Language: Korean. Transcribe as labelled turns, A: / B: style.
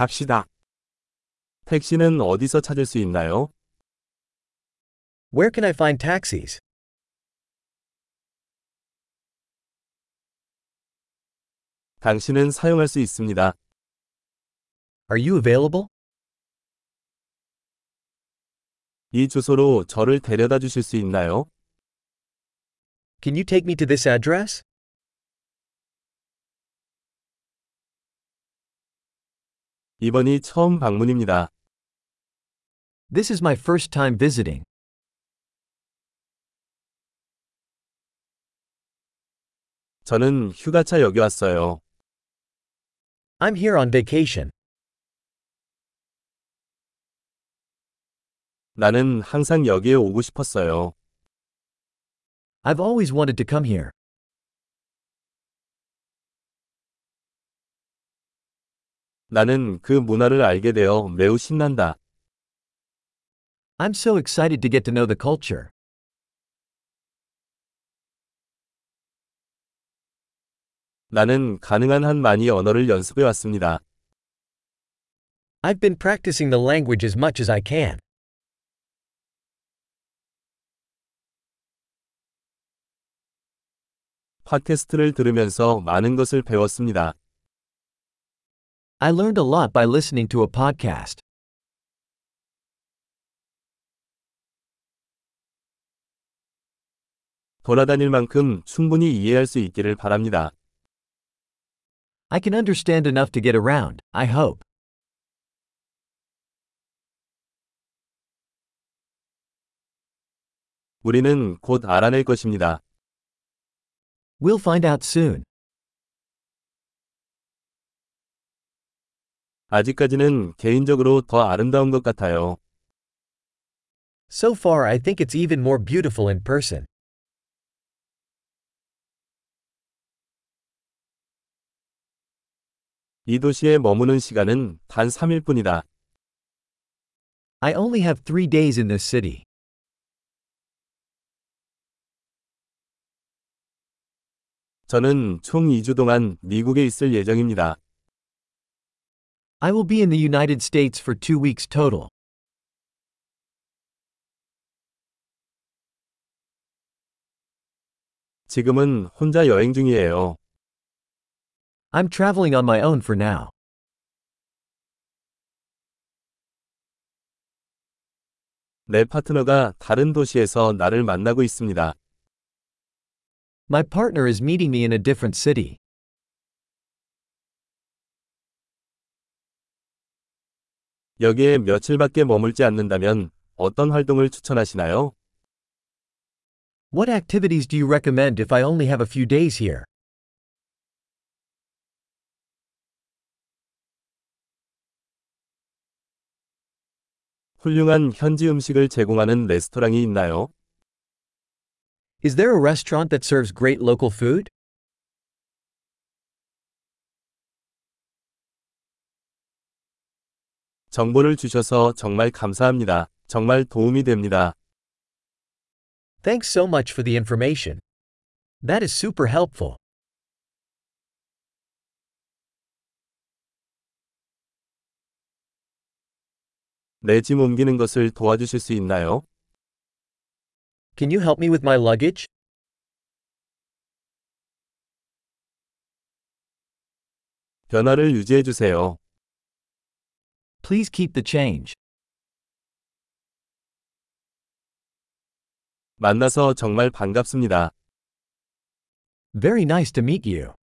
A: 갑시다. 택시는 어디서 찾을 수 있나요?
B: Where can I find taxis?
A: 당신은 사용할 수 있습니다.
B: Are you available?
A: 이 주소로 저를 데려다 주실 수 있나요?
B: Can you take me to this address?
A: 이번이 처음 방문입니다.
B: This is my first time visiting.
A: 저는 휴가차 여기 왔어요.
B: I'm here on vacation.
A: 나는 항상 여기에 오고 싶었어요.
B: I've always wanted to come here.
A: 나는 그 문화를 알게 되어 매우 신난다.
B: I'm so excited to get to know the culture.
A: 나는 가능한 한 많이 언어를 연습해 왔습니다.
B: I've been practicing the language as much as I can.
A: 팟캐스트를 들으면서 많은 것을 배웠습니다.
B: I learned a lot by listening to a podcast.
A: 돌아다닐 만큼 충분히 이해할 수 있기를 바랍니다.
B: I can understand enough to get around, I hope.
A: 우리는 곧 알아낼 것입니다.
B: We'll find out soon.
A: 아직까지는 개인적으로 더 아름다운 것 같아요.
B: So far, I think it's even more beautiful in person.
A: 이 도시에 머무는 시간은 단 3일 뿐이다.
B: I only have three days in this city.
A: 저는 총 2주 동안 미국에 있을 예정입니다.
B: I will be in the United States for two weeks total.
A: 지금은 혼자 여행 중이에요.
B: I'm traveling on my own for now.
A: 내 파트너가 다른 도시에서 나를 만나고 있습니다.
B: My partner is meeting me in a different city.
A: 여기에 며칠밖에 머물지 않는다면 어떤 활동을 추천하시나요?
B: What activities do you recommend if I only have a few days here?
A: 훌륭한 현지 음식을 제공하는 레스토랑이 있나요?
B: Is there a restaurant that serves great local food?
A: 정보를 주셔서 정말 감사합니다. 정말 도움이 됩니다.
B: Thanks so much for the information. That is super helpful.
A: 내 짐 옮기는 것을 도와주실 수 있나요?
B: Can you help me with my luggage?
A: 변화를 유지해 주세요.
B: Please keep the change.
A: 만나서 정말 반갑습니다.
B: Very nice to meet you.